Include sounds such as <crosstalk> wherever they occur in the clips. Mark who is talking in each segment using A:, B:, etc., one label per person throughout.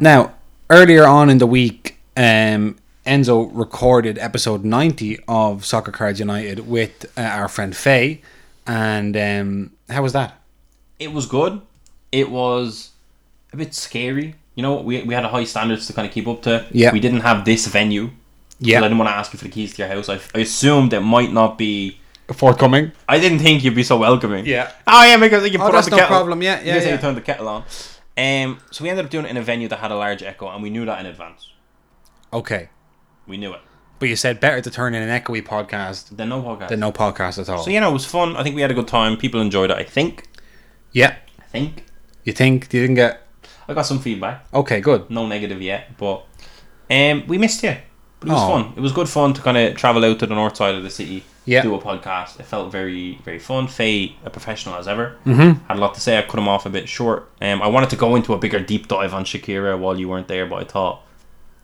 A: Now, earlier on in the week, um, Enzo recorded episode 90 of Soccer Cards United with uh, our friend Faye. And um, how was that?
B: It was good. It was a bit scary. You know, we, we had a high standards to kind of keep up to.
A: Yeah.
B: We didn't have this venue.
A: Yeah.
B: So I didn't want to ask you for the keys to your house. I, I assumed it might not be.
A: Forthcoming?
B: I didn't think you'd be so welcoming.
A: Yeah.
B: Oh yeah, because you can
A: Oh,
B: put
A: that's
B: on the
A: no
B: kettle.
A: problem. Yeah, yeah,
B: You can
A: yeah.
B: turn the kettle on. Um, so we ended up doing it in a venue that had a large echo, and we knew that in advance.
A: Okay.
B: We knew it.
A: But you said better to turn in an echoey podcast
B: Then no podcast.
A: than no podcast at all.
B: So you know, it was fun. I think we had a good time. People enjoyed it. I think.
A: yeah.
B: I think.
A: You think you didn't get.
B: I got some feedback.
A: Okay, good.
B: No negative yet, but um, we missed you. But it was
A: Oh.
B: fun. It was good fun to kind of travel out to the north side of the city.
A: Yeah.
B: Do a podcast. It felt very, very fun. Faye, a professional as ever, mm-hmm. had a lot to say. I cut him off a bit short. Um, I wanted to go into a bigger deep dive on Shakira while you weren't there, but I thought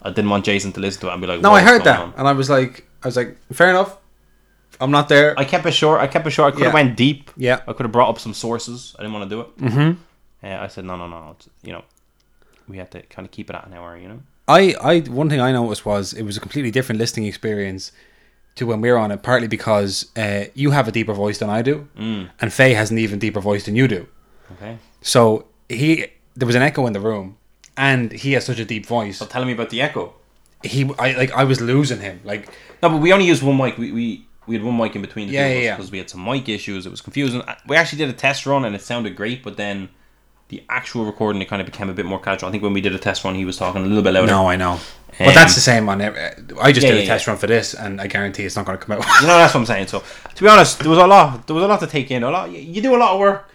B: I didn't want Jason to listen to it and be like,
A: No,
B: "What
A: I
B: is
A: heard
B: going
A: that.
B: on?"
A: And I was like, I was like, fair enough. I'm not there.
B: I kept it short. I kept it short. I could
A: Yeah.
B: have went deep.
A: Yeah.
B: I could have brought up some sources. I didn't want to do it. Mm-hmm. Uh, I said no, no, no. It's, you know, we had to kind of keep it at an hour. You know.
A: I, I one thing I noticed was it was a completely different listening experience to when we were on it, partly because uh, you have a deeper voice than I do,
B: Mm.
A: and Faye has an even deeper voice than you do.
B: Okay.
A: So he there was an echo in the room, and he has such a deep voice.
B: So telling me about the echo.
A: He I like I was losing him. Like
B: No, but we only used one mic. We we, we had one mic in between the
A: Yeah,
B: two
A: yeah,
B: of
A: yeah.
B: because we had some mic issues. It was confusing. Uh, We actually did a test run and it sounded great, but then the actual recording it kind of became a bit more casual. I think when we did a test run, he was talking a little bit louder.
A: no, I know,
B: Um,
A: but that's the same on. ev- I just
B: Yeah,
A: did a
B: yeah,
A: test run for this, and I guarantee it's not going to
B: <laughs>
A: come out. <laughs>
B: You know that's what I'm saying. So to be honest, there was a lot. There was a lot to take in. A lot. You, you do a lot of work.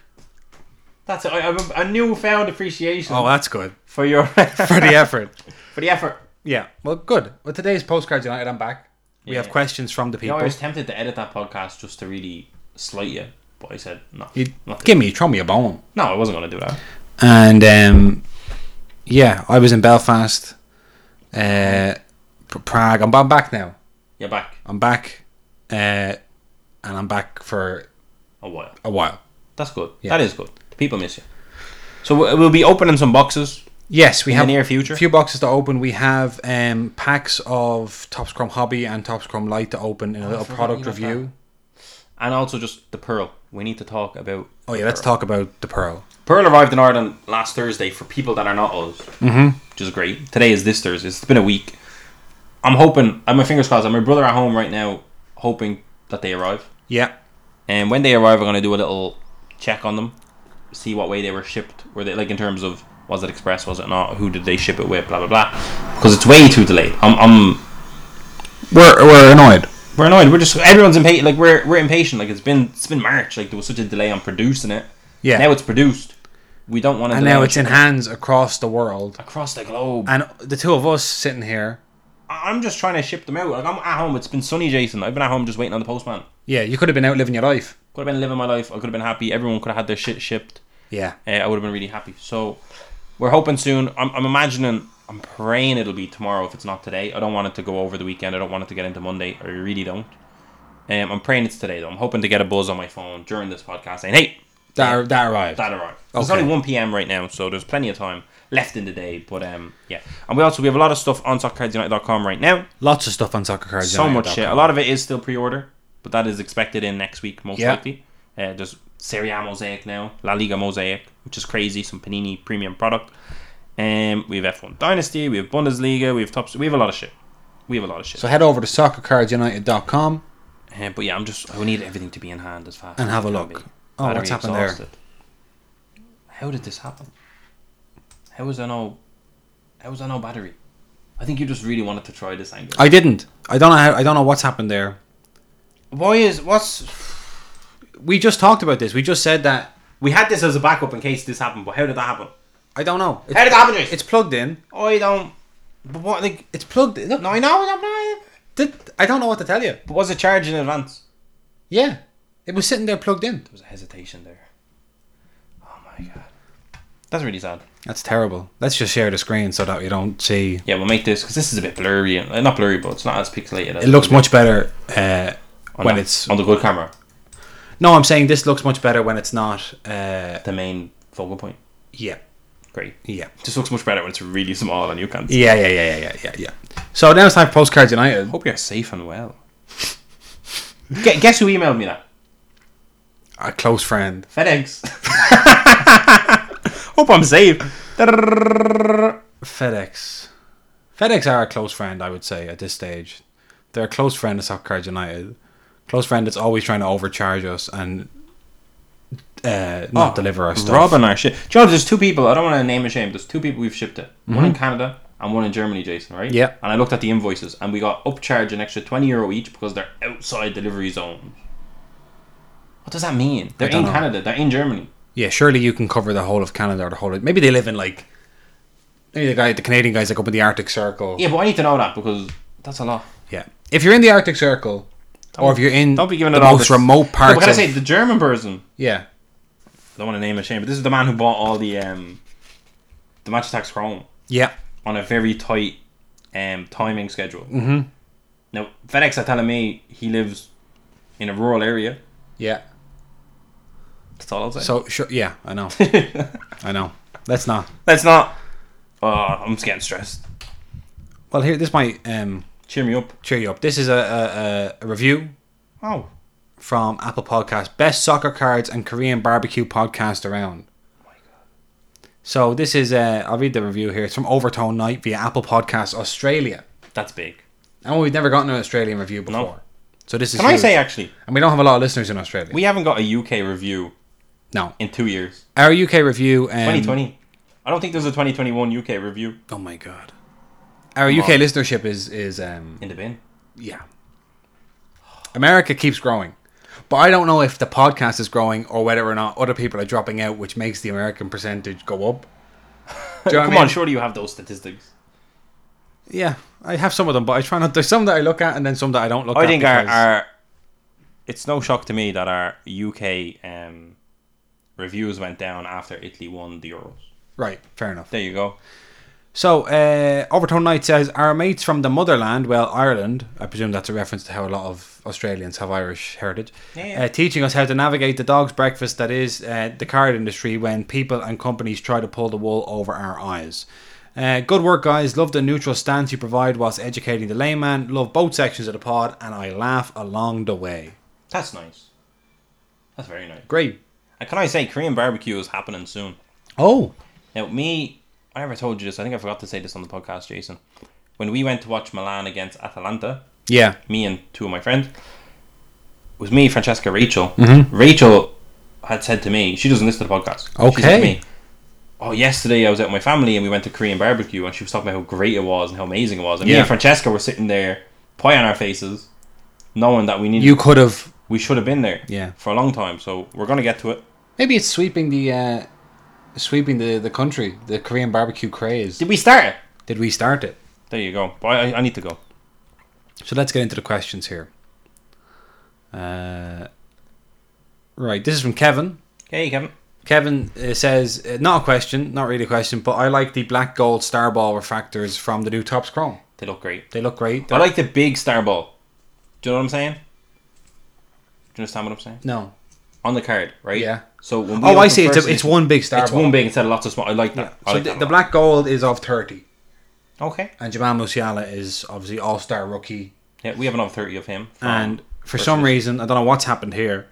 B: That's it. I, I have a newfound appreciation
A: oh, that's good
B: for your <laughs> for
A: for the effort.
B: the effort.
A: Yeah, well, good. Well, today's postcards United. I'm back. We
B: Yeah.
A: have questions from the
B: You know,
A: people.
B: I was tempted to edit that podcast just to really slight you, but I said no.
A: You-
B: not
A: give me, throw me a bone.
B: no, I wasn't going to do that.
A: and um, yeah, I was in Belfast, uh, P- Prague. I'm, I'm back now.
B: You're back
A: I'm back, uh, and I'm back for
B: a while.
A: a while.
B: That's good. That is good. The people miss you. So we- we'll be opening some boxes.
A: Yes, we
B: In the
A: have
B: near future?
A: a few boxes to open. We have um, packs of Top Scrum Hobby and Top Scrum Light to open in a little
B: Oh, forgot
A: product
B: you left
A: review.
B: And also just the Pearl. We need to talk about.
A: Oh yeah, let's talk about the Pearl.
B: Pearl arrived in Ireland last Thursday for people that are not us, mm-hmm. which is great. Today is this Thursday. It's been a week. I'm hoping, I have my fingers crossed, I'm my brother at home right now, hoping that they arrive.
A: Yeah,
B: And when they arrive, I'm going to do a little check on them, see what way they were shipped. Were they, like, in terms of was it express, was it not, who did they ship it with, blah, blah, blah. Because it's way too delayed. I'm, I'm
A: we're we're annoyed.
B: we're annoyed. We're just everyone's impatient. Like we're we're impatient. Like it's been it's been March. Like there was such a delay on producing it.
A: Yeah.
B: Now it's produced. We don't want to.
A: And now it's in hands across the world,
B: across the globe.
A: and the two of us sitting here.
B: I- I'm just trying to ship them out. Like I'm at home. It's been sunny, Jason. I've been at home just waiting on the postman.
A: Yeah, you could have been out living your life.
B: Could have been living my life. I could have been happy. Everyone could have had their shit shipped.
A: Yeah,
B: Uh, I would have been really happy. So we're hoping soon. I'm, I'm imagining. I'm praying it'll be tomorrow if it's not today. I don't want it to go over the weekend. I don't want it to get into Monday. I really don't. Um, I'm praying it's today though. I'm hoping to get a buzz on my phone during this podcast saying, "Hey,
A: that that arrived.
B: That arrived. It's
A: Okay.
B: only one PM right now, so there's plenty of time left in the day. But um, yeah, and we also we have a lot of stuff on soccercardsunited.com right now.
A: Lots of stuff on soccer cards.
B: So much shit. A lot of it is still pre-order, but that is expected in next week most
A: Yeah.
B: likely. Uh, there's Serie A mosaic now, La Liga mosaic, which is crazy. Some Panini premium product. Um, we have F1 Dynasty, we have Bundesliga, we have tops. We have a lot of shit. We have a lot of shit.
A: So head over to soccercardsunited.com.
B: Uh, but yeah, I'm just I need everything to be in hand as fast
A: And
B: as
A: have
B: it
A: a
B: can
A: look.
B: be.
A: Oh,
B: Battery
A: what's happened there?
B: How did this happen? How was there no? How was there no battery? I think you just really wanted to try this angle.
A: I didn't. I don't know. How, I don't know what's happened there.
B: Why is what's?
A: We just talked about this. We just said that.
B: We had this as a backup in case this happened, but how did that happen?
A: I don't know. It's,
B: How did that happen? Jason?
A: it's plugged in.
B: I don't. But what? Like,
A: It's plugged in. Look,
B: no, I know. I don't know.
A: did- I don't know what to tell you.
B: But was it charged in advance?
A: Yeah, it was sitting there plugged in.
B: There was a hesitation there. Oh my god, that's really sad.
A: That's terrible. Let's just share the screen so that we don't see.
B: Yeah, we'll make this because this is a bit blurry. and uh, Not blurry, but it's not as pixelated. As
A: It looks much better uh,
B: on
A: when
B: the-
A: it's.
B: on the good camera,
A: No, I'm saying this looks much better when it's not. Uh,
B: the main focal point.
A: yeah.
B: great.
A: Yeah.
B: Just looks much better when it's really small and you can't.
A: Yeah, yeah, yeah, yeah, yeah, yeah, yeah. So now it's time for Postcards United.
B: Hope you're safe and well. Gu- Guess who emailed me that?
A: A close friend.
B: FedEx. Hope I'm safe.
A: FedEx. FedEx are a close friend, I would say, at this stage. They're a close friend of Soccer Cards United. Close friend that's always trying to overcharge us and uh,
B: Oh,
A: not deliver our stuff.
B: Robbing our shit. John, there's two people. I don't want to name and shame. There's two people we've shipped it. One in Canada and one in Germany, Jason, right?
A: Yeah.
B: And I looked at the invoices and we got upcharge an extra 20 euro each because they're outside delivery zones. What does that mean? They're
A: don't
B: in
A: know.
B: Canada, they're in Germany.
A: Yeah, surely you can cover the whole of Canada or the whole of. Maybe they live in like. Maybe the guy, the Canadian guys, like up in the Arctic Circle.
B: Yeah, but I need to know that because that's a lot.
A: Yeah. If you're in the Arctic Circle, or if you're in
B: Don't be giving
A: the
B: it all
A: most
B: this-
A: remote
B: But
A: parts
B: what can I
A: of-
B: say? The German person.
A: yeah.
B: I don't want to name and shame, but this is the man who bought all the um, the match attacks chrome.
A: Yeah.
B: on a very tight um, timing schedule. Mm-hmm. Now, FedEx are telling me he lives in a rural area.
A: Yeah.
B: That's all I'll say. So,
A: So sure. Yeah, I
B: <laughs>
A: know. I know. Let's not.
B: That's not. Oh, I'm just getting stressed.
A: Well, here this might um,
B: Cheer me up.
A: cheer you up. This is a, a, a- a review
B: Oh.
A: from Apple Podcast: Best soccer cards and Korean barbecue podcast around. So this is uh, I'll read the review here. It's from Overtone Night via Apple Podcasts Australia.
B: That's big.
A: And we've never gotten an Australian review before. So this is
B: Can I
A: huge.
B: say, actually,
A: and we don't have a lot of listeners in Australia.
B: we haven't got a UK review
A: no.
B: in two years.
A: Our UK review um,
B: 2020. I don't think there's a 2021 UK review
A: Oh my god. Our UK listenership is is um
B: in the bin.
A: yeah. America keeps growing. But I don't know if the podcast is growing or whether or not other people are dropping out, which makes the American percentage go
B: <laughs>
A: up. Do you know what I
B: Come
A: mean?
B: on, surely you have those statistics.
A: Yeah, I have some of them, but I try not. There's some that I look at, and then some that I don't look
B: I
A: at.
B: think our,
A: because-
B: our it's no shock to me that our UK um, reviews went down after Italy won the Euros.
A: right, fair enough.
B: There you go.
A: So, uh, Overtone Knight says, Our mates from the motherland, well, Ireland, I presume that's a reference to how a lot of Australians have Irish heritage,
B: Yeah.
A: uh, teaching us how to navigate the dog's breakfast that is uh, the card industry when people and companies try to pull the wool over our eyes. Uh, good work, guys. Love the neutral stance you provide whilst educating the layman. Love both sections of the pod, and I laugh along the way.
B: That's nice. That's very nice.
A: Great.
B: And can I say Korean barbecue is happening soon?
A: Oh,
B: Now me, I never told you this. I think I forgot to say this on the podcast, Jason. When we went to watch Milan against Atalanta,
A: yeah.
B: me and two of my friends, it was me, Francesca, Rachel.
A: Mm-hmm.
B: Rachel had said to me, she doesn't listen to the podcast. She said
A: Okay.
B: to me, Oh, yesterday I was out with my family and we went to Korean barbecue and she was talking about how great it was and how amazing it was. And me
A: Yeah.
B: and Francesca were sitting there, pie on our faces, knowing that we needed,
A: You could have.
B: we should have been there
A: Yeah.
B: for a long time. So we're going to get to it.
A: Maybe it's sweeping the. Uh, Sweeping the, the country, the Korean barbecue craze.
B: Did we start it?
A: Did we start it?
B: There you go. But I, I need to go.
A: So let's get into the questions here. Uh, right, this is from Kevin.
B: Hey, Kevin.
A: Kevin uh, says, uh, not a question, not really a question, but I like the black gold star ball refractors from the new Topps Chrome.
B: They look great.
A: They look great.
B: I like the big star ball. Do you know what I'm saying? Do you understand what I'm saying?
A: no.
B: on the card, right?
A: Yeah.
B: So when we
A: Oh, I
B: open
A: see. It's,
B: first
A: a, it's
B: edition,
A: one big star
B: It's
A: ball.
B: one big instead of lots of small. I like that. I
A: So
B: like
A: the,
B: that
A: the
B: a lot.
A: black gold is of 30.
B: Okay.
A: And Jamal Musiala is obviously all star rookie.
B: Yeah, we have another thirty of him. from-
A: And for some reason, I don't know what's happened here.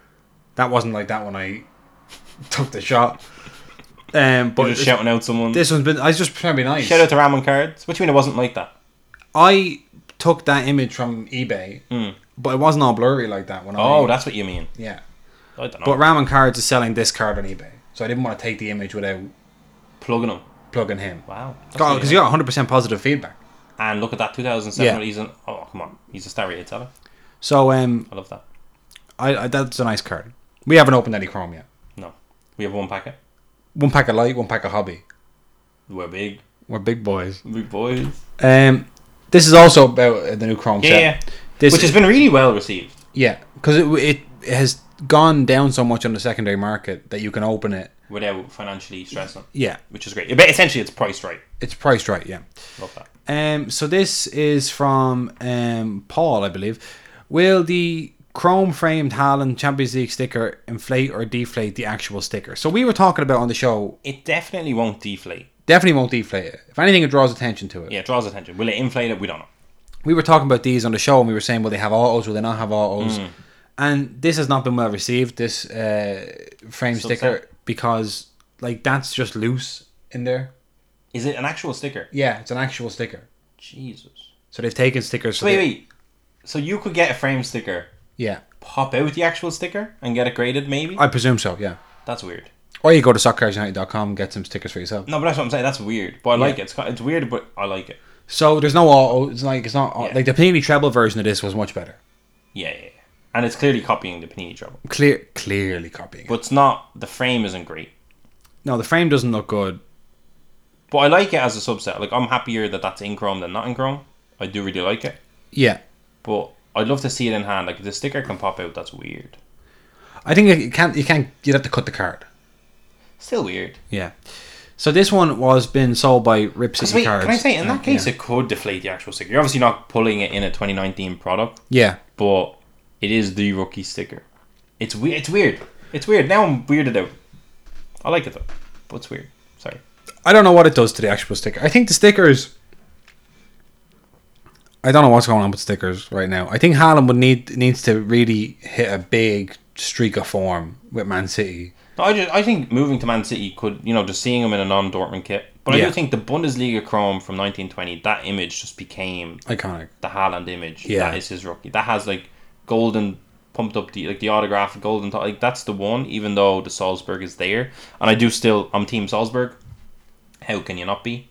A: That wasn't like that when I <laughs> took the shot. Um,
B: You're
A: but
B: just
A: it's-
B: shouting out someone.
A: this one's been. I was just trying to be nice.
B: Shout out to Ramon cards. What do you mean it wasn't like that?
A: I took that image from eBay, but it wasn't all blurry like that when I.
B: Hmm. Oh, that's what you mean.
A: yeah.
B: I don't know.
A: But Ramen Cards is selling this card on eBay, so I didn't want to take the image without
B: plugging him.
A: plugging him.
B: Wow. That's really
A: Because you
B: nice.
A: got 100 percent positive feedback.
B: And look at that, 2007.
A: Yeah.
B: He's an. Oh come on, he's a star rated seller.
A: So um,
B: I love that.
A: I, I that's a nice card. We haven't opened any Chrome yet.
B: No, we have one packet.
A: One pack of light, one pack of hobby.
B: We're big,
A: We're big boys.
B: big boys.
A: Um, this is also about uh, the new Chrome
B: Yeah,
A: set.
B: yeah.
A: This
B: which has been really well received.
A: yeah, because it, it it has gone down so much on the secondary market that you can open it.
B: Without financially stressing,
A: Yeah,
B: which is great. But essentially, it's priced right.
A: it's priced right. Yeah.
B: Love that.
A: Um, so this is from um, Paul, I believe. Will the chrome framed Haaland Champions League sticker inflate or deflate the actual sticker? So we were talking about on the show,
B: It definitely won't deflate.
A: definitely won't deflate it. If anything, it draws attention to it.
B: Yeah, it draws attention. Will it inflate it? We don't know.
A: we were talking about these on the show and we were saying will they have autos will they not have autos
B: Mm.
A: and this has not been well received this uh, frame
B: Subset.
A: sticker because like that's just loose in there
B: Is it an actual sticker?
A: yeah it's an actual sticker
B: Jesus.
A: so they've taken stickers
B: So wait, wait. So you could get a frame sticker,
A: yeah
B: pop out the actual sticker, and get it graded, maybe?
A: I presume so yeah
B: That's weird.
A: or you go to soccerunited.com and get some stickers for yourself
B: No, but that's what I'm saying. That's weird. But I like it. It's, kind- it's weird, but I like it.
A: so there's no auto it's like it's not
B: Yeah.
A: like the Panini treble version of this was much better
B: Yeah, yeah, yeah. And it's clearly copying the Panini trouble.
A: clear clearly copying it.
B: But it's not, the frame isn't great.
A: no the frame doesn't look good
B: But I like it as a subset. Like, I'm happier that that's in Chrome than not in Chrome. I do really like it.
A: yeah
B: But I'd love to see it in hand. Like, if the sticker can pop out, that's weird.
A: I think you can't you can't you'd have to cut the card
B: Still weird.
A: Yeah. So this one was being sold by Rip City
B: Wait,
A: Cards.
B: can I say, in
A: Uh,
B: that case, it could deflate the actual sticker. You're obviously not pulling it in a 2019 product,
A: Yeah.
B: but it is the rookie sticker. It's weird. It's weird. It's weird. Now I'm weirded out. I like it though, but it's weird. Sorry.
A: I don't know what it does to the actual sticker. I think the stickers. I don't know what's going on with stickers right now. I think Haaland would need needs to really hit a big streak of form with Man City.
B: No, I just I think moving to Man City could you know just seeing him in a non Dortmund kit, but I
A: Yeah.
B: do think the Bundesliga Chrome from 1920 that image just became
A: Iconic.
B: the Haaland image.
A: Yeah.
B: that is his rookie. That has like golden pumped up the like the autograph golden top. Like that's the one. Even though the Salzburg is there, and I do still I'm Team Salzburg. How can you not be?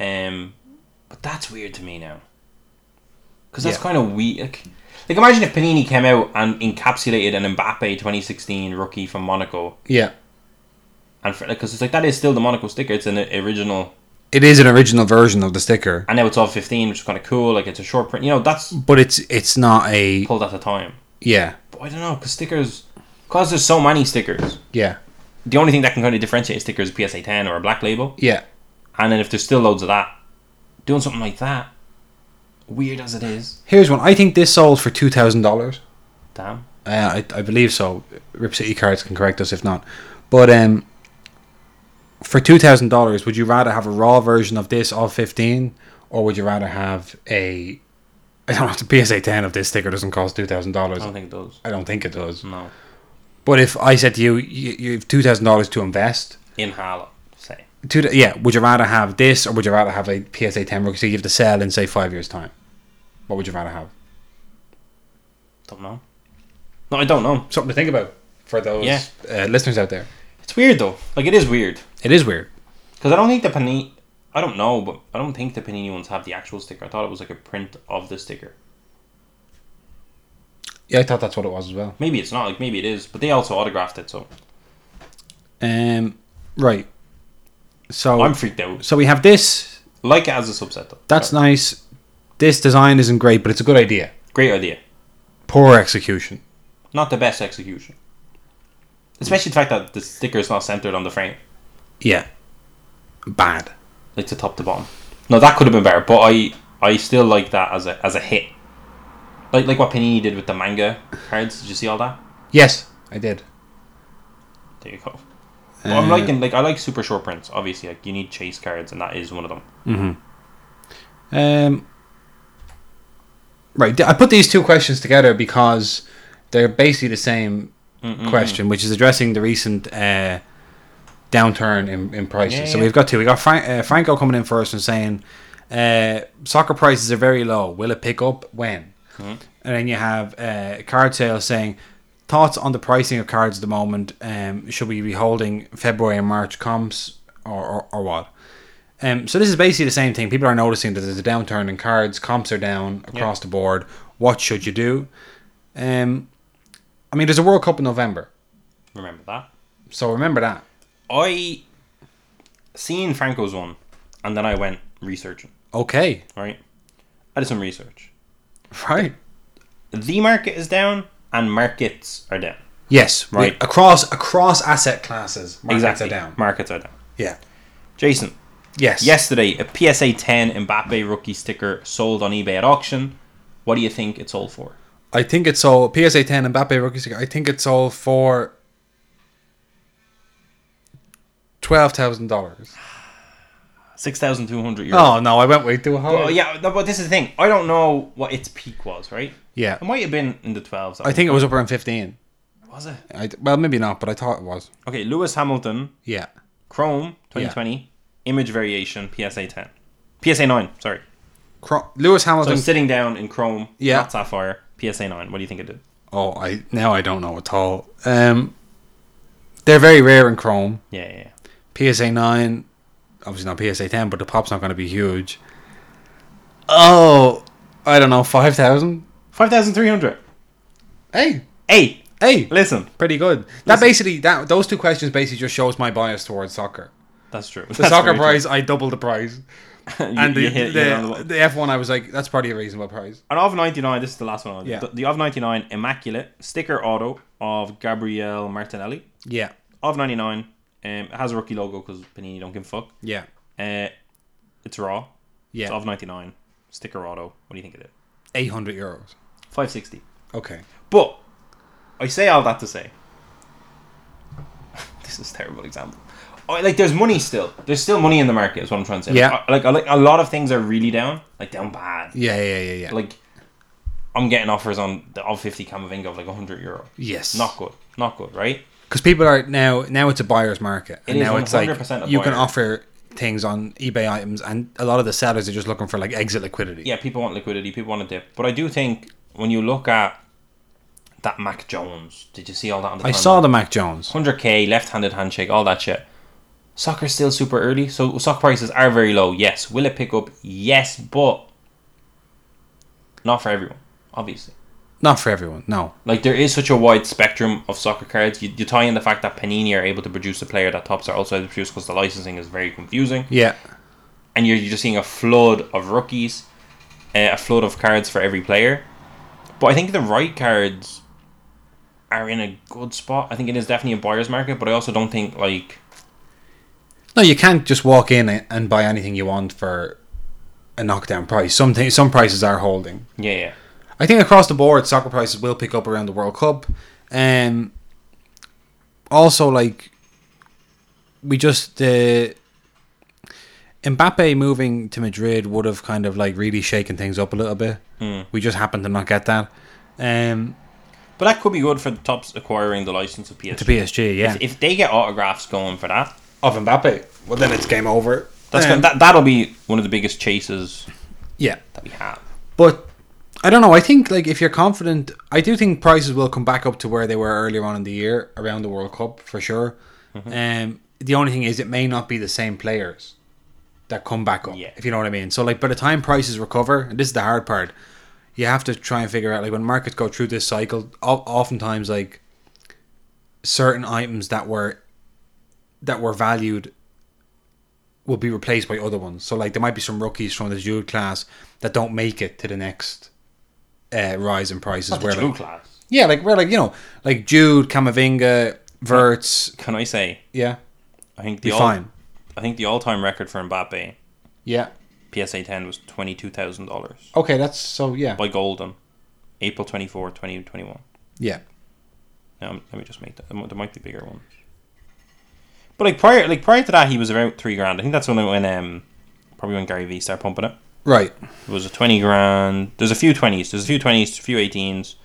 B: Um, but that's weird to me now. Because that's
A: Yeah.
B: kind of weird. Like, like imagine if Panini came out and encapsulated an Mbappe 2016 rookie from Monaco,
A: Yeah.
B: and because it's like that is still the Monaco sticker. It's an uh, original,
A: It is an original version of the sticker,
B: and now it's all 15, which is kind of cool. Like it's a short print. You know that's
A: but it's it's not a
B: pulled at the time.
A: yeah
B: But I don't know, because stickers, because there's so many stickers,
A: yeah
B: the only thing that can kind of differentiate a sticker is a PSA 10 or a black label.
A: yeah.
B: And then if there's still loads of that, doing something like that, weird as it is,
A: Here's one. I think this sold for two thousand dollars.
B: damn.
A: Uh, I, I believe so. Rip City cards can correct us if not. But um, for two thousand dollars, would you rather have a raw version of this all fifteen, or would you rather have a? I don't know. <laughs> The PSA ten of this sticker doesn't cost two thousand dollars.
B: I don't think it does.
A: I don't think it does.
B: No.
A: But if I said to you, you, you have two thousand dollars to invest.
B: In Hala, say.
A: Two, th- yeah. Would you rather have this, or would you rather have a PSA ten rookie? So you have to sell in say five years time. What would you rather have?
B: Don't know. No, I don't know.
A: Something to think about for those
B: Yeah.
A: uh, listeners out there.
B: It's weird though. Like it is weird.
A: It is weird.
B: Because I don't think the Panini, I don't know, but I don't think the Panini ones have the actual sticker. I thought it was like a print of the sticker.
A: Yeah, I thought that's what it was as well.
B: Maybe it's not, like maybe it is, but they also autographed it, so
A: Um, right. So
B: I'm freaked out.
A: so we have this.
B: Like it as a subset though.
A: That's nice. This design isn't great, but it's a good idea.
B: Great idea.
A: Poor execution.
B: not the best execution. Especially the fact that the sticker is not centered on the frame,
A: Yeah. Bad.
B: like the top to bottom. No, that could have been better, but I I still like that as a as a hit. Like like what Panini did with the manga cards. Did you see all that?
A: Yes, I did.
B: There you go. Well, I'm
A: Uh,
B: liking like I like super short prints. Obviously, like you need chase cards, and that is one of them.
A: Um. Right, I put these two questions together because they're basically the same question, which is addressing the recent uh, downturn in, in prices.
B: Yeah,
A: so
B: yeah.
A: we've got two. We got Fran- uh, Franco coming in first and saying, uh, "Soccer prices are very low. Will it pick up when?"
B: Hmm.
A: And then you have uh, card sales saying, "Thoughts on the pricing of cards at the moment? Um, should we be holding February and March comps or or, or what?" Um, so this is basically the same thing. People are noticing that there's a downturn in cards. Comps are down across the board. What should you do? Um, I mean, there's a World Cup in November,
B: Remember that?
A: so remember that.
B: I seen Franco's one, and then I went researching.
A: Okay,
B: Right, I did some research.
A: right?
B: The market is down, and markets are down.
A: Yes,
B: Right.
A: We- across across asset classes, markets are down.
B: Markets are down.
A: Yeah.
B: Jason,
A: Yes.
B: Yesterday, a PSA 10 Mbappe rookie sticker sold on eBay at auction. What do you think it sold for?
A: I think it's sold PSA ten and Mbappe rookie sticker. I think it's sold for twelve thousand dollars.
B: Six thousand two hundred euros.
A: Oh no, I went way too high.
B: Well, yeah, no, but this is the thing. I don't know what its peak was, right?
A: Yeah.
B: It might have been in the twelves.
A: I think it was up around fifteen.
B: was it?
A: I, well, maybe not, but I thought it was.
B: Okay, Lewis Hamilton,
A: Yeah.
B: Chrome, twenty twenty, image variation, PSA ten, PSA nine. Sorry.
A: Cro- Lewis
B: So
A: Hamilton.
B: I'm sitting down in Chrome,
A: Yeah.
B: not Sapphire, PSA nine. What do you think it did?
A: oh, I now I don't know at all. Um, they're very rare in Chrome.
B: Yeah, yeah, yeah.
A: PSA nine, obviously not PSA ten, but the pop's not going to be huge. Oh, I don't know, five thousand.
B: five thousand three hundred.
A: Hey,
B: Hey,
A: hey,
B: listen,
A: pretty good. That basically that those two questions basically just shows my bias towards soccer.
B: that's true.
A: The soccer prize, I doubled the prize, and
B: and
A: the
B: <laughs> you hit, you hit on the,
A: the, the F one, I was like, that's probably a reasonable prize.
B: And of 99, this is the last one. I'll do.
A: Yeah.
B: The, the of 99 Immaculate sticker auto of Gabrielle Martinelli.
A: Yeah,
B: Of 99, um, it has a rookie logo because Panini don't give a fuck.
A: yeah,
B: Uh, it's raw.
A: yeah.
B: It's of 99 sticker auto. What do you think of it?
A: Eight hundred euros.
B: 560.
A: Okay.
B: But I say all that to say <laughs> this is a terrible example. Oh, like there's money still. There's still money in the market. Is what I'm trying to say.
A: Yeah.
B: I- Like, I, like a lot of things are really down. Like down bad.
A: Yeah, yeah, yeah, yeah.
B: Like I'm getting offers on the of 50 Camavinga of like 100 euro.
A: yes.
B: Not good. Not good. Right.
A: because people are now now it's a buyer's market and
B: It is
A: now it's like
B: 100% a
A: you can
B: buyer.
A: offer things on ebay items and a lot of the sellers are just looking for like exit liquidity
B: Yeah. People want liquidity. People want a dip. But I do think when you look at that Mac Jones, did you see all that on the
A: i
B: timeline?
A: saw the mac jones
B: 100k left-handed handshake all that shit soccer's still super early so stock prices are very low yes will it pick up yes but not for everyone obviously
A: not for everyone no
B: like there is such a wide spectrum of soccer cards you, you tie in the fact that panini are able to produce a player that tops are also able to produce because the licensing is very confusing
A: yeah
B: and you're, you're just seeing a flood of rookies uh, a flood of cards for every player but i think the right cards are in a good spot i think it is definitely a buyer's market but i also don't think like
A: no you can't just walk in a- and buy anything you want for a knockdown price some things, some prices are holding
B: Yeah, yeah.
A: i think across the board soccer prices will pick up around the world cup um also like we just uh, Mbappe moving to Madrid would have kind of like really shaken things up a little bit. We just happened to not get that um,
B: But that could be good for the tops acquiring the license of PSG.
A: to PSG. Yeah,
B: If they get autographs going for that,
A: of Mbappe. Well, then it's game over.
B: that's
A: Um,
B: gonna, that that'll be one of the biggest chases
A: yeah.
B: that we have.
A: But I don't know. I think like if you're confident, I do think prices will come back up to where they were earlier on in the year around the World Cup for sure. Um, the only thing is, it may not be the same players that come back up.
B: Yeah.
A: If you know what I mean. So like by the time prices recover, and this is the hard part, you have to try and figure out like when markets go through this cycle. o- Oftentimes, like certain items that were that were valued will be replaced by other ones. So like there might be some rookies from the Jude class that don't make it to the next uh, rise in prices.
B: Not the
A: where
B: Drew
A: like,
B: class.
A: yeah, like where like you know like Jude, Camavinga, Verts,
B: Can I say?
A: yeah,
B: I think the
A: be
B: all,
A: fine.
B: I think the all-time record for Mbappe
A: Yeah.
B: PSA 10 was twenty-two thousand dollars
A: Okay, that's so yeah.
B: by Golden, April 24, 2021.
A: Yeah.
B: Now let me just make that. There might- there might be bigger ones. But like prior, like prior to that, he was around three grand. I think that's when it- when um probably when Gary Vee started pumping it.
A: Right.
B: It was a 20 grand. There's a few 20s. There's a few 20s, a few 18s.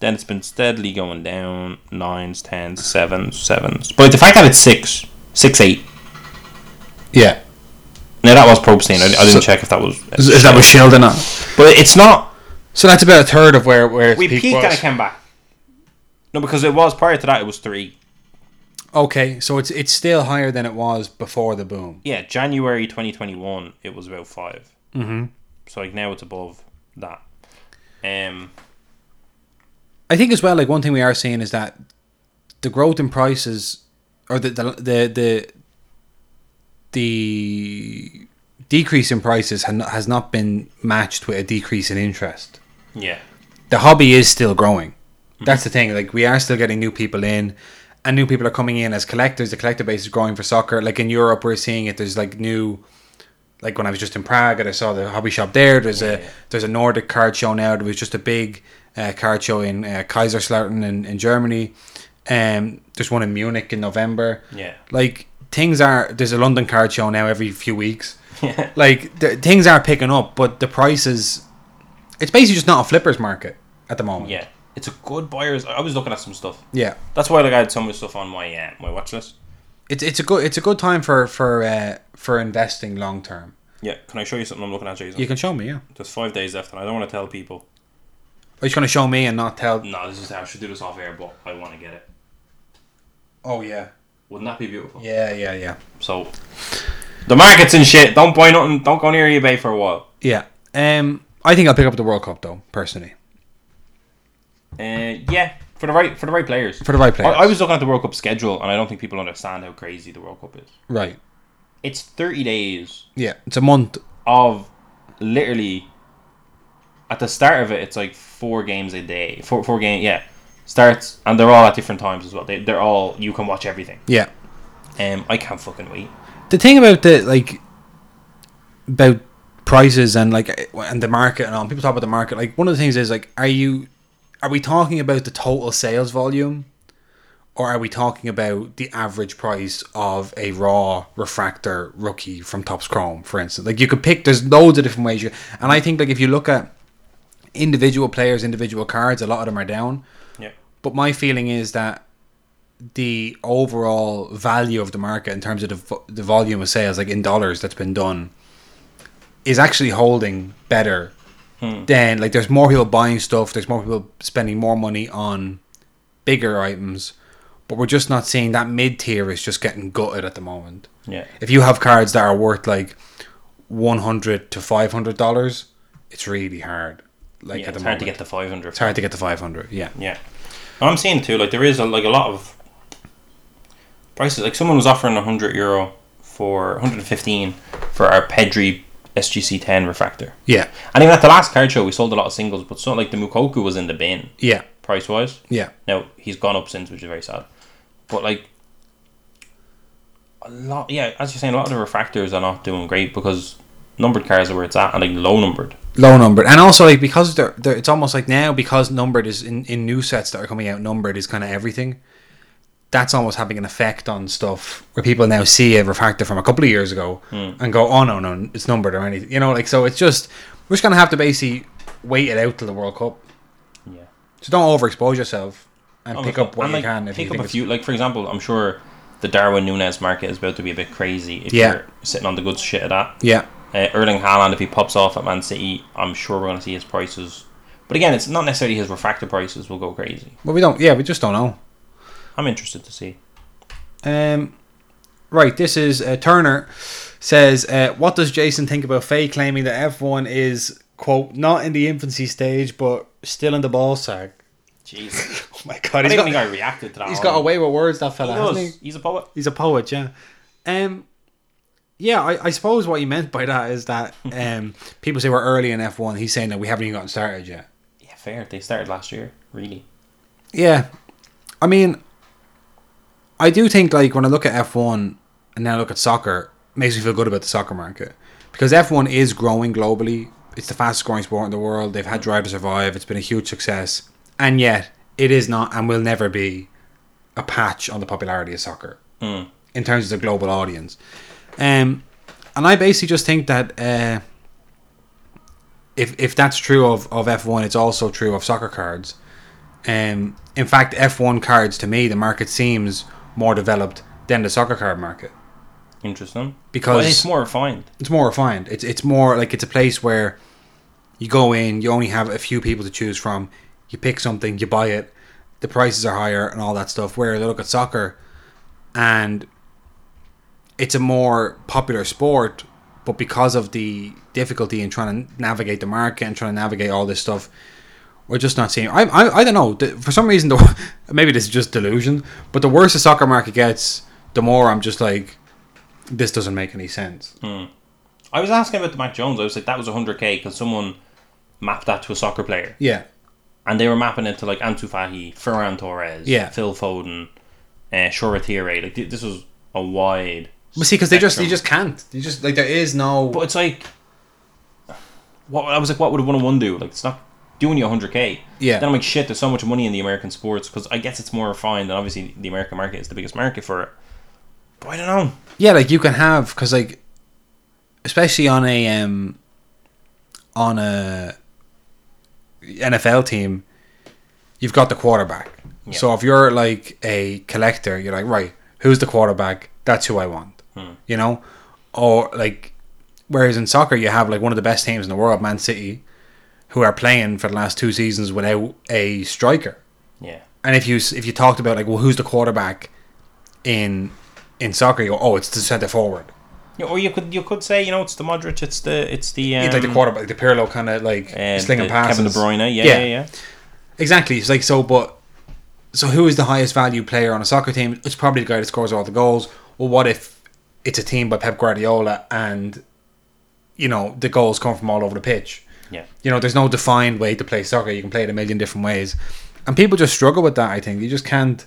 B: Then it's been steadily going down. Nines, tens, sevens, sevens. But the fact that it's six, six, eight.
A: Yeah.
B: Now that was Probstein. I, I didn't
A: So-
B: check if that was.
A: Is, is that was shielding it?
B: But it's not.
A: So that's about a third of where where its
B: We
A: peak
B: peaked and
A: was.
B: it came back. No, because it was prior to that. It was three.
A: Okay, so it's it's still higher than it was before the boom.
B: Yeah, January 2021. It was about five. Mm-hmm. So like now it's above that. Um.
A: I think as well, like one thing we are seeing is that the growth in prices or the the the the, the decrease in prices has not, has not been matched with a decrease in interest.
B: Yeah.
A: The hobby is still growing. That's the thing. Like we are still getting new people in, and new people are coming in as collectors. The collector base is growing for soccer. Like in Europe, we're seeing it. There's like new. Like when I was just in Prague and I saw the hobby shop there, there's a there's a Nordic card show now. There was just a big uh, card show in uh, Kaiserslautern in, in Germany. Um, there's one in Munich in November.
B: Yeah. <laughs>
A: Like things are there's a London card show now every few weeks.
B: Yeah.
A: Like th- things are picking up, but the prices. It's basically just not a flippers market at the moment.
B: Yeah. It's a good buyer's. I was looking at some stuff.
A: Yeah.
B: That's why like I had so much stuff on my uh, my watch list.
A: It's it's a good it's a good time for for uh, for investing long term.
B: Yeah. Can I show you something I'm looking at, Jason?
A: You can show me, yeah.
B: There's five days left, and I don't want to tell people.
A: Are you going to show me and not tell?
B: No, this is how I should do this off air, but I want to get it.
A: Oh yeah,
B: Wouldn't that be beautiful?
A: yeah, yeah, yeah,
B: So the market's in shit. Don't buy nothing. Don't go near eBay for a while.
A: yeah. Um, I think I'll pick up the World Cup though, personally,
B: Uh, yeah, for the right for the right players.
A: for the right
B: I,
A: players.
B: I was looking at the World Cup schedule, and I don't think people understand how crazy the World Cup is.
A: right.
B: It's 30 days
A: Yeah, it's a month.
B: of literally at the start of it, it's like four games a day. Four four game, yeah. Starts and they're all at different times as well. They they're all you can watch everything.
A: Yeah.
B: Um, I can't fucking wait.
A: The thing about the like about prices and like and the market and all people talk about the market. Like one of the things is like, are you are we talking about the total sales volume, or are we talking about the average price of a raw refractor rookie from Topps Chrome, for instance? Like you could pick. There's loads of different ways. You, and I think like if you look at individual players, individual cards, a lot of them are down.
B: Yeah.
A: But my feeling is that the overall value of the market in terms of the, vo- the volume of sales, like in dollars, that's been done, is actually holding better.
B: Hmm.
A: Then, like, there's more people buying stuff. There's more people spending more money on bigger items, but we're just not seeing that mid tier is just getting gutted at the moment.
B: Yeah.
A: If you have cards that are worth like one hundred to five hundred dollars, it's really hard. Like
B: Yeah,
A: at the
B: it's hard
A: moment,
B: to get the 500.
A: it's hard to get to five hundred. Yeah.
B: Yeah, I'm seeing too. Like there is a, like a lot of prices. Like someone was offering 100 euro for 115 for our Pedri SGC 10 refractor.
A: Yeah.
B: And even at the last card show, we sold a lot of singles, but something like the Mukoku was in the bin
A: Yeah.
B: price wise.
A: Yeah.
B: Now he's gone up since, which is very sad. But like a lot, yeah. As you're saying, a lot of the refractors are not doing great because numbered cards are where it's at, and like low numbered.
A: low numbered and also like because they're, they're, it's almost like now because numbered is in, in new sets that are coming out numbered is kind of everything that's almost having an effect on stuff where people now see a refractor from a couple of years ago
B: Hmm.
A: and go oh no no it's numbered or anything you know like so it's just we're just gonna have to basically wait it out till the world cup
B: Yeah.
A: so don't overexpose yourself and pick up what
B: And,
A: you
B: like,
A: can if
B: pick
A: you think
B: up a
A: it's,
B: few. Like for example, I'm sure the Darwin Nunes market is about to be a bit crazy if
A: Yeah.
B: you're sitting on the good shit of that.
A: yeah
B: Uh, Erling Haaland, if he pops off at Man City, I'm sure we're going to see his prices. But again, it's not necessarily his refractor prices will go crazy.
A: well we don't yeah we just don't know
B: I'm interested to see.
A: Um, right, this is uh, Turner says, uh, "What does Jason think about Faye claiming that F one is quote not in the infancy stage but still in the ball sack?" <laughs>
B: Jesus,
A: Oh my god,
B: I
A: he's
B: think
A: got,
B: I reacted to that.
A: he's got
B: one.
A: away with words that
B: He
A: fella.
B: does.
A: hasn't he?
B: He's a poet.
A: He's a poet, yeah. Um, yeah, I, I suppose what he meant by that is
B: <laughs>
A: that um, people say we're early in F one. He's saying that we haven't even gotten started yet.
B: Yeah, fair. They started last year, really.
A: Yeah, I mean, I do think like when I look at F one and then I look at soccer, it makes me feel good about the soccer market because F one is growing globally. It's the fastest growing sport in the world. They've had Drive to Survive. It's been a huge success, and yet it is not and will never be a patch on the popularity of soccer in terms of the global audience. Um, and I basically just think that uh, if if that's true of of F one, it's also true of soccer cards. Um, in fact, F1 cards to me, the market seems more developed than the soccer card market
B: Interesting.
A: Because-
B: But it's more refined.
A: it's more refined. It's it's more like it's a place where you go in, you only have a few people to choose from. You pick something, you buy it. The prices are higher and all that stuff. Whereas I look at soccer, and it's a more popular sport, but because of the difficulty in trying to navigate the market and trying to navigate all this stuff, we're just not seeing. I I, I don't know. The- For some reason, the, <laughs> maybe this is just delusion. But the worse the soccer market gets, the more I'm just like, this doesn't make any sense.
B: I was asking about the Mac Jones. I was like, that was 100k because someone mapped that to a soccer player,
A: Yeah.
B: and they were mapping it to like Ansu Fati, Ferran Torres,
A: Yeah.
B: Phil Foden, uh, Shura Tiere. Like th- this was a wide.
A: But see, because they just they
B: spectrum.
A: just can't. They just like there is no.
B: But it's like, what I was like, what would a one on one do? Like it's not doing you 100k.
A: Yeah.
B: Then I'm like, shit, there's so much money in the American sports because I guess it's more refined and obviously the American market is the biggest market for it. But I don't know.
A: Yeah, like you can have because like, especially on a um, on a NFL team, you've got the quarterback. So if you're like a collector, you're like, right, who's the quarterback? That's who I want. You know, or like, whereas in soccer you have like one of the best teams in the world, Man City, who are playing for the last two seasons without a striker
B: Yeah.
A: and if you if you talked about like well who's the quarterback in in soccer you go oh it's the centre forward
B: Yeah, Or you could you could say you know it's the Modric, it's the it's the um,
A: it's like the quarterback the Pirlo kind of like
B: uh,
A: slinging
B: the
A: passes
B: Kevin De Bruyne. Yeah,
A: Yeah.
B: yeah, yeah.
A: exactly it's like so but so who is the highest value player on a soccer team it's probably the guy that scores all the goals well what if it's a team by Pep Guardiola and you know the goals come from all over the pitch
B: Yeah.
A: you know there's no defined way to play soccer you can play it a million different ways and people just struggle with that i think you just can't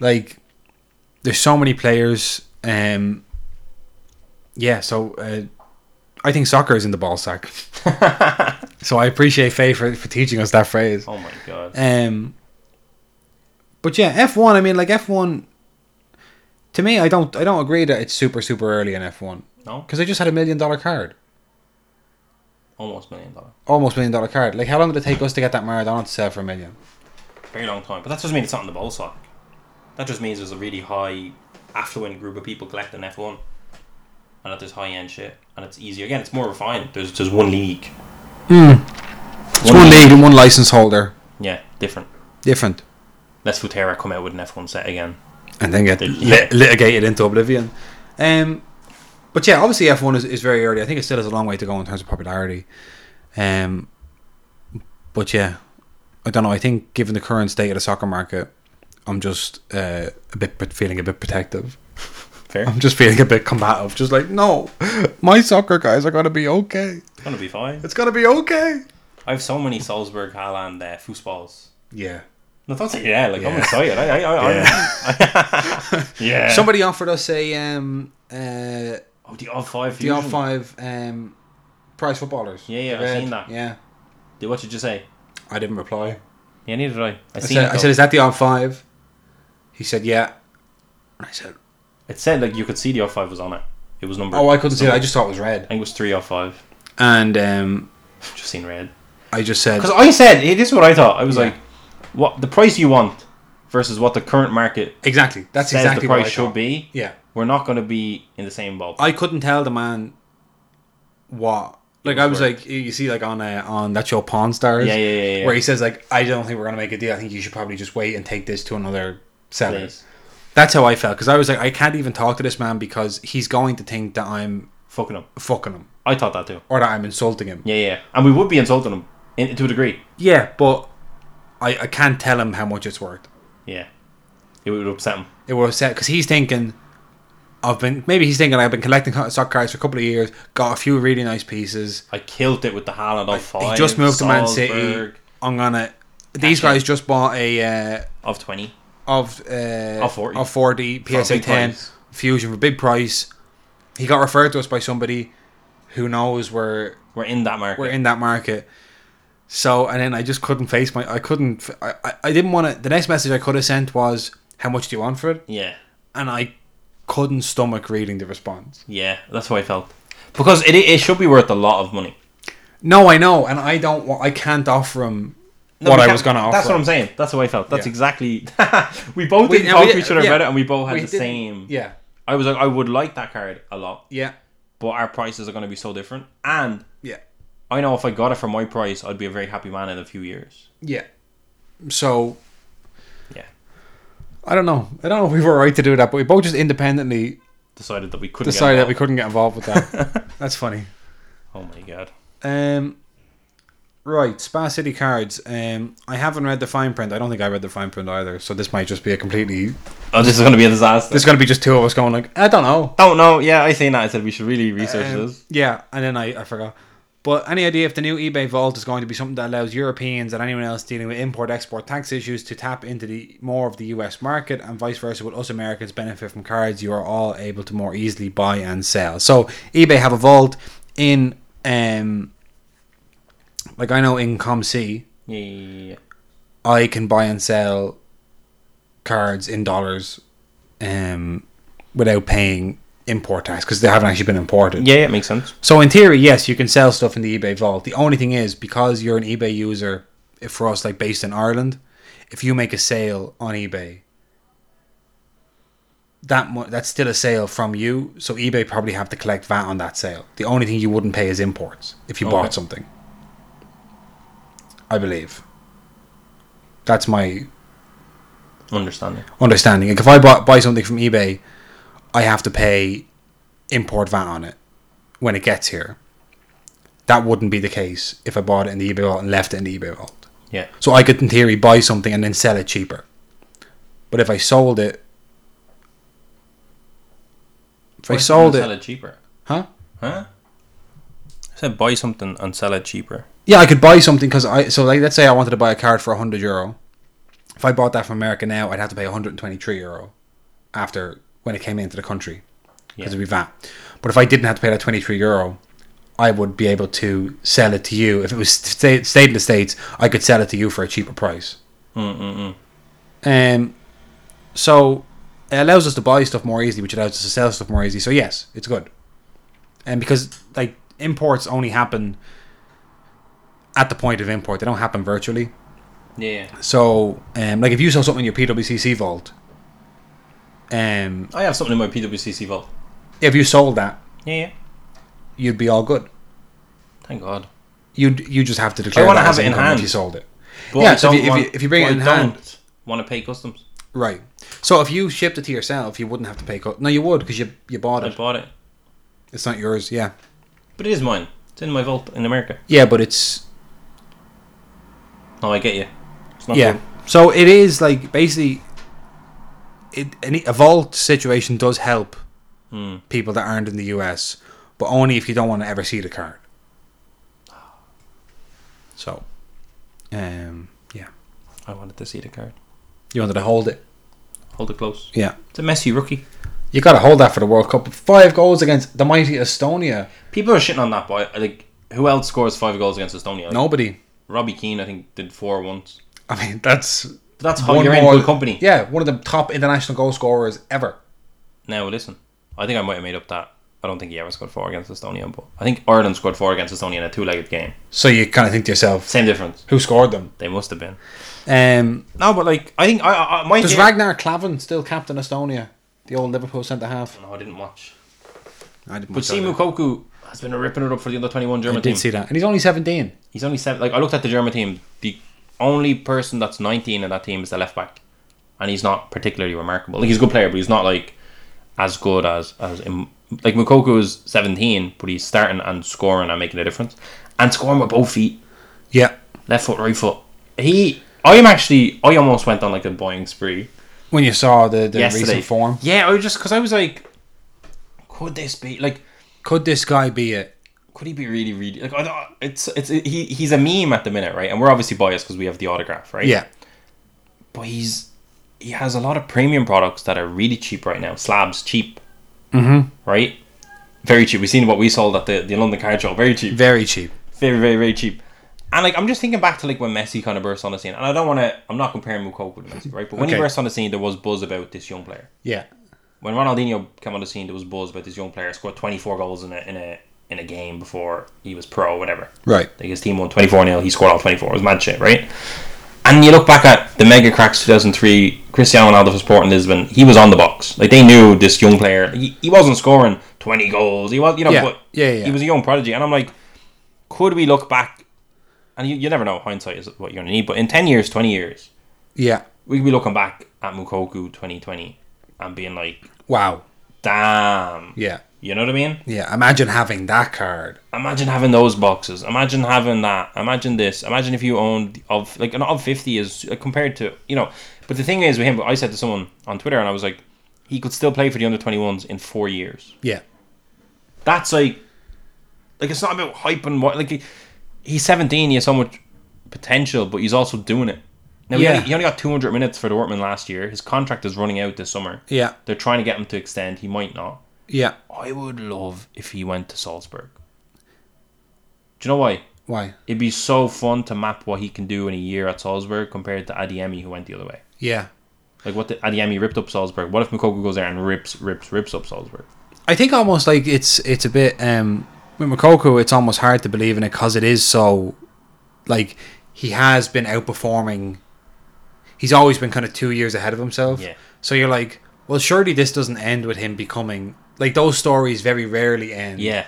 A: like there's so many players um yeah so uh, i think soccer is in the ball sack so i appreciate faye for, for teaching us that phrase
B: Oh my god.
A: um, but yeah, F one. I mean, like F one. To me, I don't. I don't agree that it's super super early in F one
B: No,
A: because I just had a million dollar card,
B: almost million dollar.
A: almost million dollar card. Like, how long did it take us to get that Maradona to sell for a million?
B: Very long time. But that doesn't mean it's not in the ball sock. That just means there's a really high affluent group of people collecting F one. And that there's high end shit. And it's easier. Again, it's more refined. There's there's one league.
A: Hmm. It's one league and one license holder,
B: Yeah, different.
A: different,
B: Let's Futera come out with an F one set again.
A: and then get
B: Yeah.
A: lit- litigated into oblivion. Um, but yeah, obviously F one is, is very early. I think it still has a long way to go in terms of popularity. Um, but yeah, I don't know. I think given the current state of the soccer market, I'm just uh, a bit but feeling a bit protective.
B: <laughs> Fair.
A: I'm just feeling a bit combative. Just like no, my soccer guys are gonna be okay.
B: It's gonna be fine.
A: It's gonna be okay.
B: I have so many Salzburg Haaland uh, foosballs.
A: Yeah.
B: No, don't say yeah, like
A: Yeah.
B: I'm excited. I, I, I, I'm, <laughs> yeah.
A: Somebody offered us a um uh
B: oh, the odd five.
A: the
B: fusion.
A: all five um prize footballers.
B: Yeah, yeah, I've
A: Red.
B: seen that.
A: Yeah.
B: Did- What did you say?
A: I didn't reply.
B: Yeah, neither did I. I,
A: I
B: seen
A: said,
B: it,
A: I
B: though.
A: said, "Is that the odd five? He said, "Yeah." And I said,
B: It said like you could see the off five was on it. It was number.
A: "Oh, I couldn't see that. I just thought it was
B: I
A: red."
B: think it was three off five. <laughs>
A: And um,
B: Just seen red.
A: I just said,
B: Because I said it is what I thought. I was
A: Yeah.
B: like, what the price you want versus what the current market
A: "Exactly. That's
B: says
A: exactly
B: the
A: what I
B: price should
A: thought."
B: be.
A: Yeah,
B: We're not going to be in the same ballpark.
A: I couldn't tell the man what. Like
B: was
A: I was
B: worth.
A: like, you see, like on uh, on that show Pawn Stars,
B: Yeah, yeah, yeah, yeah.
A: where he says like, "I don't think we're gonna make a deal. I think you should probably just wait and take this to another seller."
B: Please.
A: That's how I felt because I was like, I can't even talk to this man because he's going to think that I'm
B: Fucking him.
A: fucking him
B: I thought that too.
A: or that I'm insulting him.
B: Yeah, yeah. And we would be insulting him in, to a degree.
A: Yeah, but I, I can't tell him how much it's worth.
B: Yeah. It would upset him.
A: It will upset because he's thinking I've been maybe he's thinking I've been collecting co- sock cards for a couple of years, got a few really nice pieces.
B: I killed it with the Haaland off five.
A: he just moved to Man
B: Salzburg
A: City. I'm gonna. These
B: Gotcha.
A: guys just bought a uh,
B: Of 20.
A: of uh,
B: Of 40.
A: of 40
B: For a
A: PSA
B: big
A: ten
B: price.
A: fusion for big price. He got referred to us by somebody who knows we're
B: We're in that market.
A: we're in that market. So and then I just couldn't face my I couldn't I I, I didn't want to. The next message I could have sent was how much do you want for it?
B: yeah.
A: and I couldn't stomach reading the response.
B: Yeah. That's how I felt. Because it, it should be worth a lot of money.
A: No, I know, and I don't. wa- I can't offer him
B: No,
A: what
B: we
A: I
B: can't-
A: was going to offer.
B: That's what I'm saying. That's how I felt. That's
A: Yeah.
B: exactly. <laughs> we both
A: We-
B: didn't
A: and
B: talk
A: we-
B: to each other
A: yeah.
B: about it, and we both had
A: We
B: the
A: didn't-
B: same.
A: Yeah,
B: I was like, I would like that card a lot,
A: yeah,
B: but our prices are going to be so different. And
A: yeah,
B: I know if I got it for my price, I'd be a very happy man in a few years.
A: yeah. So
B: Yeah,
A: I don't know. I don't know if we were right to do that, but we both just independently
B: decided that we couldn't.
A: decided that we
B: get
A: couldn't get involved with
B: <laughs>
A: that. that's funny.
B: involved. Oh my god.
A: Um, right, Spa City cards. Um, I haven't read the fine print. I don't think I read the fine print either. So this might just be a completely.
B: Oh, this is going to be a disaster.
A: There's going to be just two of us going like, I don't know.
B: Don't know. Yeah, I seen that. I said we should really research
A: Um,
B: this.
A: Yeah, and then I, I forgot. But any idea if the new eBay Vault is going to be something that allows Europeans and anyone else dealing with import export tax issues to tap into the more of the US market and vice versa will us Americans benefit from cards you are all able to more easily buy and sell. So eBay have a vault in um Like I know in ComC,
B: Yeah, yeah, yeah.
A: I can buy and sell cards in dollars um, without paying import tax because they haven't actually been imported.
B: Yeah, yeah, it makes sense.
A: So in theory, yes, you can sell stuff in the eBay vault. The only thing is because you're an eBay user, if for us like based in Ireland, if you make a sale on eBay, that mo- that's still a sale from you. So eBay probably have to collect VAT on that sale. The only thing you wouldn't pay is imports if you
B: Okay.
A: bought something. I believe. That's my
B: Understanding.
A: understanding. Like if I buy, buy something from eBay, I have to pay import VAT on it when it gets here. That wouldn't be the case if I bought it in the eBay vault and left it in the eBay vault.
B: Yeah.
A: So I could, in theory, buy something and then sell it cheaper. But if I sold it, if I
B: Why
A: sold
B: sell
A: it,
B: it cheaper.
A: huh?
B: Huh? I said buy something and sell it cheaper.
A: Yeah, I could buy something because I. So like, let's say I wanted to buy a card for hundred euro. If I bought that from America now, I'd have to pay 123 euro after when it came into the country
B: Yeah.
A: because it'd be VAT. But if I didn't have to pay that 23 euro, I would be able to sell it to you. If it was sta- stayed in the states, I could sell it to you for a cheaper price.
B: Mm-mm-mm.
A: Um, so it allows us to buy stuff more easily, which allows us to sell stuff more easily. So yes, it's good. And because like imports only happen at the point of import, they don't happen virtually.
B: Yeah.
A: So um, like if you sell something in your PWCC vault, um,
B: I have something in my PWCC vault.
A: if you sold that,
B: Yeah, yeah.
A: you'd be all good.
B: Thank God.
A: You you just have to declare.
B: wanna
A: that
B: have
A: as
B: it in
A: income
B: hand.
A: If you sold it,
B: But
A: Yeah,
B: I
A: so if you-
B: don't
A: if you- if you bring
B: but
A: it in
B: I
A: hand-
B: don't want to pay customs.
A: right? So if you shipped it to yourself, you wouldn't have to pay. Co- no, you would because you you bought
B: I
A: it.
B: bought it,
A: It's not yours. Yeah,
B: but it is mine. It's in my vault in America.
A: yeah, but it's
B: No, I get you. It's not
A: yeah.
B: good.
A: So it is like basically, it any a vault situation does help
B: Mm.
A: people that aren't in the US, but only if you don't want to ever see the card. So, um, yeah,
B: I wanted to see the card.
A: you wanted to hold it.
B: Hold it close.
A: Yeah,
B: It's a messy rookie.
A: you got to hold that for the World Cup. Five goals against the mighty Estonia.
B: People are shitting on that boy. Like, who else scores five goals against Estonia? Like,
A: Nobody.
B: Robbie Keane, I think, did four once.
A: I mean, that's
B: But that's how you're in
A: more-
B: good company.
A: Yeah, one of the top international goal scorers ever.
B: Now listen, I think I might have made up that. I don't think he ever scored four against Estonia, but I think Ireland scored four against Estonia in a two-legged game.
A: So you kind of think to yourself,
B: Same difference.
A: who scored them?
B: They must have been.
A: Um,
B: No, but like I think I, I I- my
A: does
B: theory-
A: Ragnar Klavan still captain Estonia? The old Liverpool centre half.
B: No, I didn't watch.
A: I didn't
B: But Simu Koku has been ripping it up for the under twenty-one German team.
A: did see that, and he's only seventeen.
B: He's only seven. Like I looked at the German team. The only person that's nineteen in that team is the left back, and he's not particularly remarkable. Like he's a good player, but he's not like as good as as in, like Mukoku is seventeen, but he's starting and scoring and making a difference, and scoring with both feet.
A: Yeah,
B: left foot, right foot. He, I am actually, I almost went on like a buying spree
A: when you saw the, the
B: yesterday.
A: recent form,
B: Yeah, I was just because I was like, could this be like,
A: could this guy be it?
B: could he be really, really like? I don't, it's it's he he's a meme at the minute, right? And we're obviously biased because we have the autograph, right?
A: Yeah,
B: but he's he has a lot of premium products that are really cheap right now. Slabs cheap, mm-hmm. right? Very cheap. We've seen what we sold at the the London Card Show. Very cheap.
A: very cheap.
B: very, very, very cheap. And like I'm just thinking back to like when Messi kind of burst on the scene, and I don't want to. I'm not comparing Mukoku to Messi, right? But when he
A: Okay.
B: burst on the scene, there was buzz about this young player.
A: Yeah,
B: When Ronaldinho came on the scene, there was buzz about this young player. Scored 24 goals in a in a in a game before he was pro, whatever.
A: right.
B: Like his team won 24 0 He scored all 24. It was mad shit, right? And you look back at the mega cracks 2003, Cristiano Ronaldo for Sporting Lisbon. He was on the box. Like they knew this young player. He, he wasn't scoring 20 goals. He was, you know,
A: Yeah.
B: but
A: Yeah, yeah, yeah.
B: he was a young prodigy. And I'm like, could we look back? And you, you never know. Hindsight is what you're gonna need. But in 10 years, 20 years,
A: Yeah,
B: we could be looking back at Mukoku 2020 and being like,
A: wow.
B: damn.
A: Yeah,
B: You know what I mean?
A: yeah. Imagine having that card.
B: imagine having those boxes. Imagine having that. Imagine this. Imagine if you owned of like an of fifty is uh, compared to you know. But the thing is with him, I said to someone on Twitter, and I was like, he could still play for the under twenty ones in four years.
A: Yeah,
B: That's like, like it's not about hype and what like he, he's seventeen. He has so much potential, but he's also doing it. Now he,
A: Yeah.
B: only, he only got two hundred minutes for Dortmund last year. His contract is running out this summer.
A: yeah,
B: They're trying to get him to extend. He might not.
A: yeah.
B: I would love if he went to Salzburg. Do you know why?
A: Why?
B: It'd be so fun to map what he can do in a year at Salzburg compared to Adiemi, who went the other way.
A: Yeah.
B: Like what the, Adiemi ripped up Salzburg. What if Mukoko goes there and rips, rips, rips up Salzburg?
A: I think almost like it's it's a bit um with Makoko it's almost hard to believe in it because it is so like he has been outperforming he's always been kind of two years ahead of himself.
B: Yeah.
A: So you're like, well surely this doesn't end with him becoming like those stories very rarely end
B: Yeah,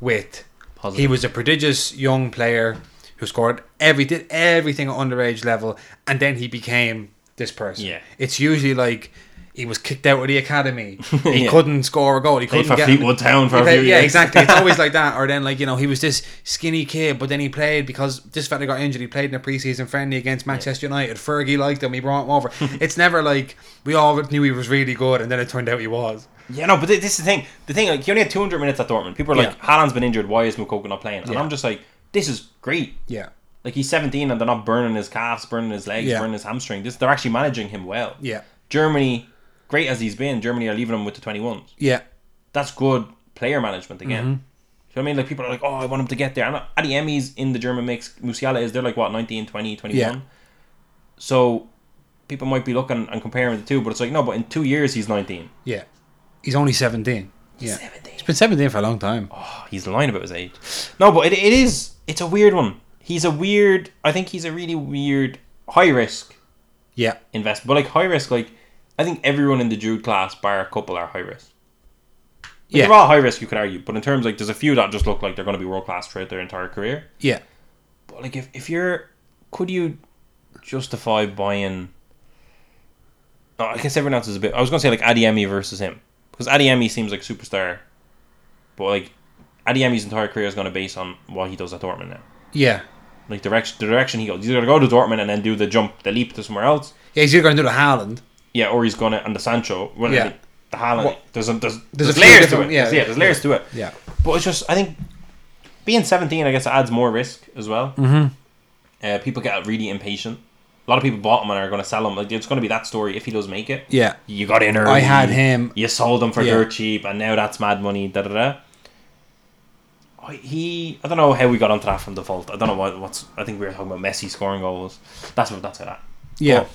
A: with
B: positive.
A: he was a prodigious young player who scored every did everything at underage level and then he became this person.
B: Yeah.
A: It's usually like he was kicked out of the
B: <laughs>
A: academy. He
B: Yeah.
A: couldn't score a goal. He
B: played
A: couldn't
B: for
A: get
B: Fleetwood Town for a
A: yeah,
B: few
A: yeah,
B: years.
A: exactly. It's always
B: <laughs>
A: like that. Or then, like, you know, he was this skinny kid, but then he played because this fella got injured. He played in a preseason friendly against Manchester United. Fergie liked him. He brought him
B: <laughs>
A: over. it's never like we all knew he was really good and then it turned out he was.
B: Yeah, no, but thi- this is the thing. The thing, like, he only had 200 minutes at Dortmund. People are like,
A: Yeah.
B: Haaland's been injured. Why is Mukoko not playing? And
A: Yeah.
B: I'm just like, this is great.
A: Yeah.
B: Like, he's 17 and they're not burning his calves, burning his legs,
A: Yeah.
B: burning his hamstring. This, they're actually managing him well.
A: Yeah.
B: Germany, great as he's been, Germany are leaving him with the 21s.
A: Yeah.
B: That's good player management again.
A: Mm-hmm.
B: So I mean, like people are like, oh, I want him to get there. And Adiemi's in the German mix. Musiala is they're like what 19, 20, 21.
A: Yeah.
B: So people might be looking and comparing the two, but it's like no, but in two years he's 19.
A: Yeah. He's only 17. Yeah.
B: 17.
A: He's been 17 for a long time.
B: Oh, he's lying about his age. No, but it, it is. It's a weird one. He's a weird. I think he's a really weird high risk
A: Yeah.
B: investment. But like high risk, like I think everyone in the Jude class, bar a couple, are high risk. Like,
A: Yeah.
B: They're all high risk, you could argue. But in terms like, there's a few that just look like they're going to be world class throughout their entire career.
A: Yeah.
B: But like, if, if you're, could you justify buying? Oh, I guess everyone else is a bit. I was going to say like Adiemi versus him because Adiemi seems like a superstar, but like Adiemi's entire career is going to base on what he does at Dortmund now.
A: Yeah.
B: Like direction, the direction he goes. He's going to go to Dortmund and then do the jump, the leap to somewhere else.
A: Yeah, he's either going to do the Haaland.
B: Yeah, or he's gonna and the Sancho. Well,
A: Yeah.
B: yeah. The Haaland.
A: Well,
B: there's, a, there's
A: there's
B: there's
A: a few
B: layers to
A: different-
B: it.
A: yeah,
B: Yeah, there's, yeah, there's layers to it.
A: Yeah.
B: But it's just I think being 17, I guess, adds more risk as well. Mm-hmm. Uh, people get really impatient. A lot of people bought him and are going to sell him. Like it's going to be that story if he does make it.
A: Yeah.
B: You got in early.
A: I had him.
B: You sold him for
A: Yeah.
B: dirt cheap, and now that's mad money. Da da da. I- He, I don't know how we got onto that from default. I don't know what, what's. I think we were talking about Messi scoring goals. That's what. That's how that.
A: Yeah.
B: But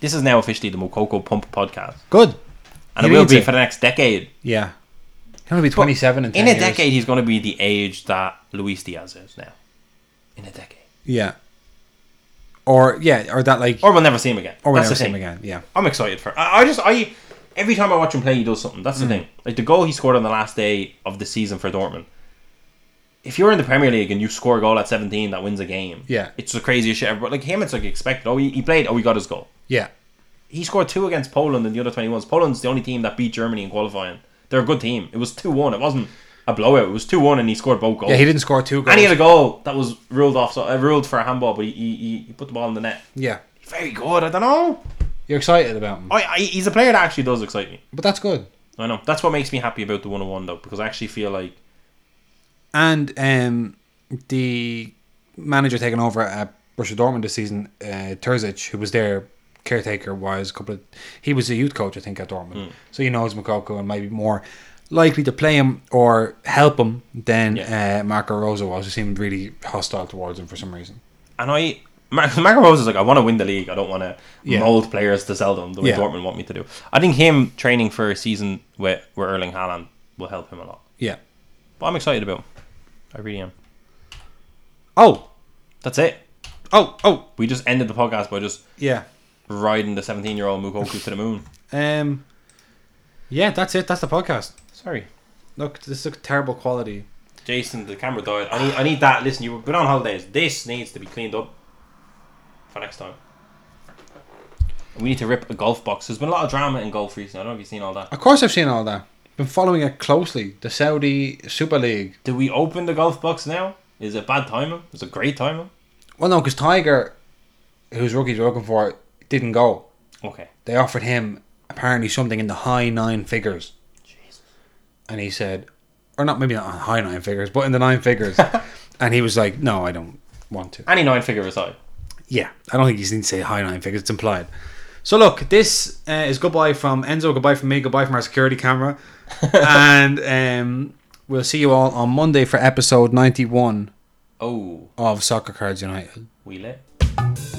B: this is now officially the Mokoko Pump podcast,
A: Good.
B: and
A: He
B: it will
A: needs
B: be
A: it.
B: for the next decade.
A: Yeah. He'll be 27 in 10
B: In a
A: years.
B: decade, he's going to be the age that Luis Diaz is now. In a decade,
A: Yeah. Or, yeah, or that, like,
B: or we'll never see him again.
A: or we'll
B: That's
A: never
B: the
A: see him
B: thing.
A: again. Yeah.
B: I'm excited for. I, I just I every time I watch him play, he does something. That's
A: Mm.
B: the thing. Like the goal he scored on the last day of the season for Dortmund. If you're in the Premier League and you score a goal at 17 that wins a game,
A: Yeah.
B: it's the craziest shit ever. But like him, it's like expected. Oh, he, he played. Oh, he got his goal.
A: Yeah.
B: He scored two against Poland and the other 21s. Poland's the only team that beat Germany in qualifying. They're a good team. It was 2 1. It wasn't a blowout. It was 2 1 and he scored both goals.
A: Yeah, he didn't score two goals.
B: and he had a goal that was ruled off, so, uh, ruled for a handball, but he, he, he- he put the ball in the net.
A: yeah.
B: Very good. I don't know.
A: You're excited about him.
B: I, I, he's a player that actually does excite me.
A: But that's good.
B: I know. That's what makes me happy about the 101 though, because I actually feel like
A: And um, the manager taking over at Borussia Dortmund this season, uh, Terzic, who was their caretaker, was a couple of. He was a youth coach, I think, at Dortmund, so he knows Makoko and might be more likely to play him or help him than uh, Marco Rosa was. He seemed really hostile towards him for some reason.
B: and I Mar- <laughs> Marco Rose is like I want to win the league. I don't want to
A: Yeah.
B: mold players to sell them the way
A: Yeah.
B: Dortmund want me to do. I think him training for a season with, with Erling Haaland will help him a lot.
A: Yeah.
B: But I'm excited about him. I really am.
A: Oh.
B: That's it.
A: Oh. Oh.
B: We just ended the podcast by just
A: Yeah.
B: riding the 17 year old Mukoku to the moon.
A: Um. Yeah, that's it. That's the podcast.
B: <laughs> Sorry.
A: Look, this is terrible quality.
B: Jason, the camera died. I need, I need that. Listen, you've been on holidays. This needs to be cleaned up for next time. We need to rip a golf box. There's been a lot of drama in golf recently. I don't know if you've seen all that.
A: Of course, I've seen all that. Been following it closely. The Saudi Super League.
B: Do we open the golf box now? Is it bad timing? Is it great timing?
A: Well, no, because Tiger, whose rookies were looking for, didn't go.
B: Okay.
A: They offered him apparently something in the high nine figures,
B: Jesus.
A: and he said, or not, maybe not high nine figures, but in the nine figures, and he was like, "No, I don't want to."
B: Any nine figure aside.
A: Yeah, I don't think he's need to say high nine figures. It's implied. So look, this uh, is goodbye from Enzo, goodbye from me, goodbye from our security camera, and um, we'll see you all on Monday for episode ninety-one.
B: Oh,
A: of Soccer Cards United.
B: we lit.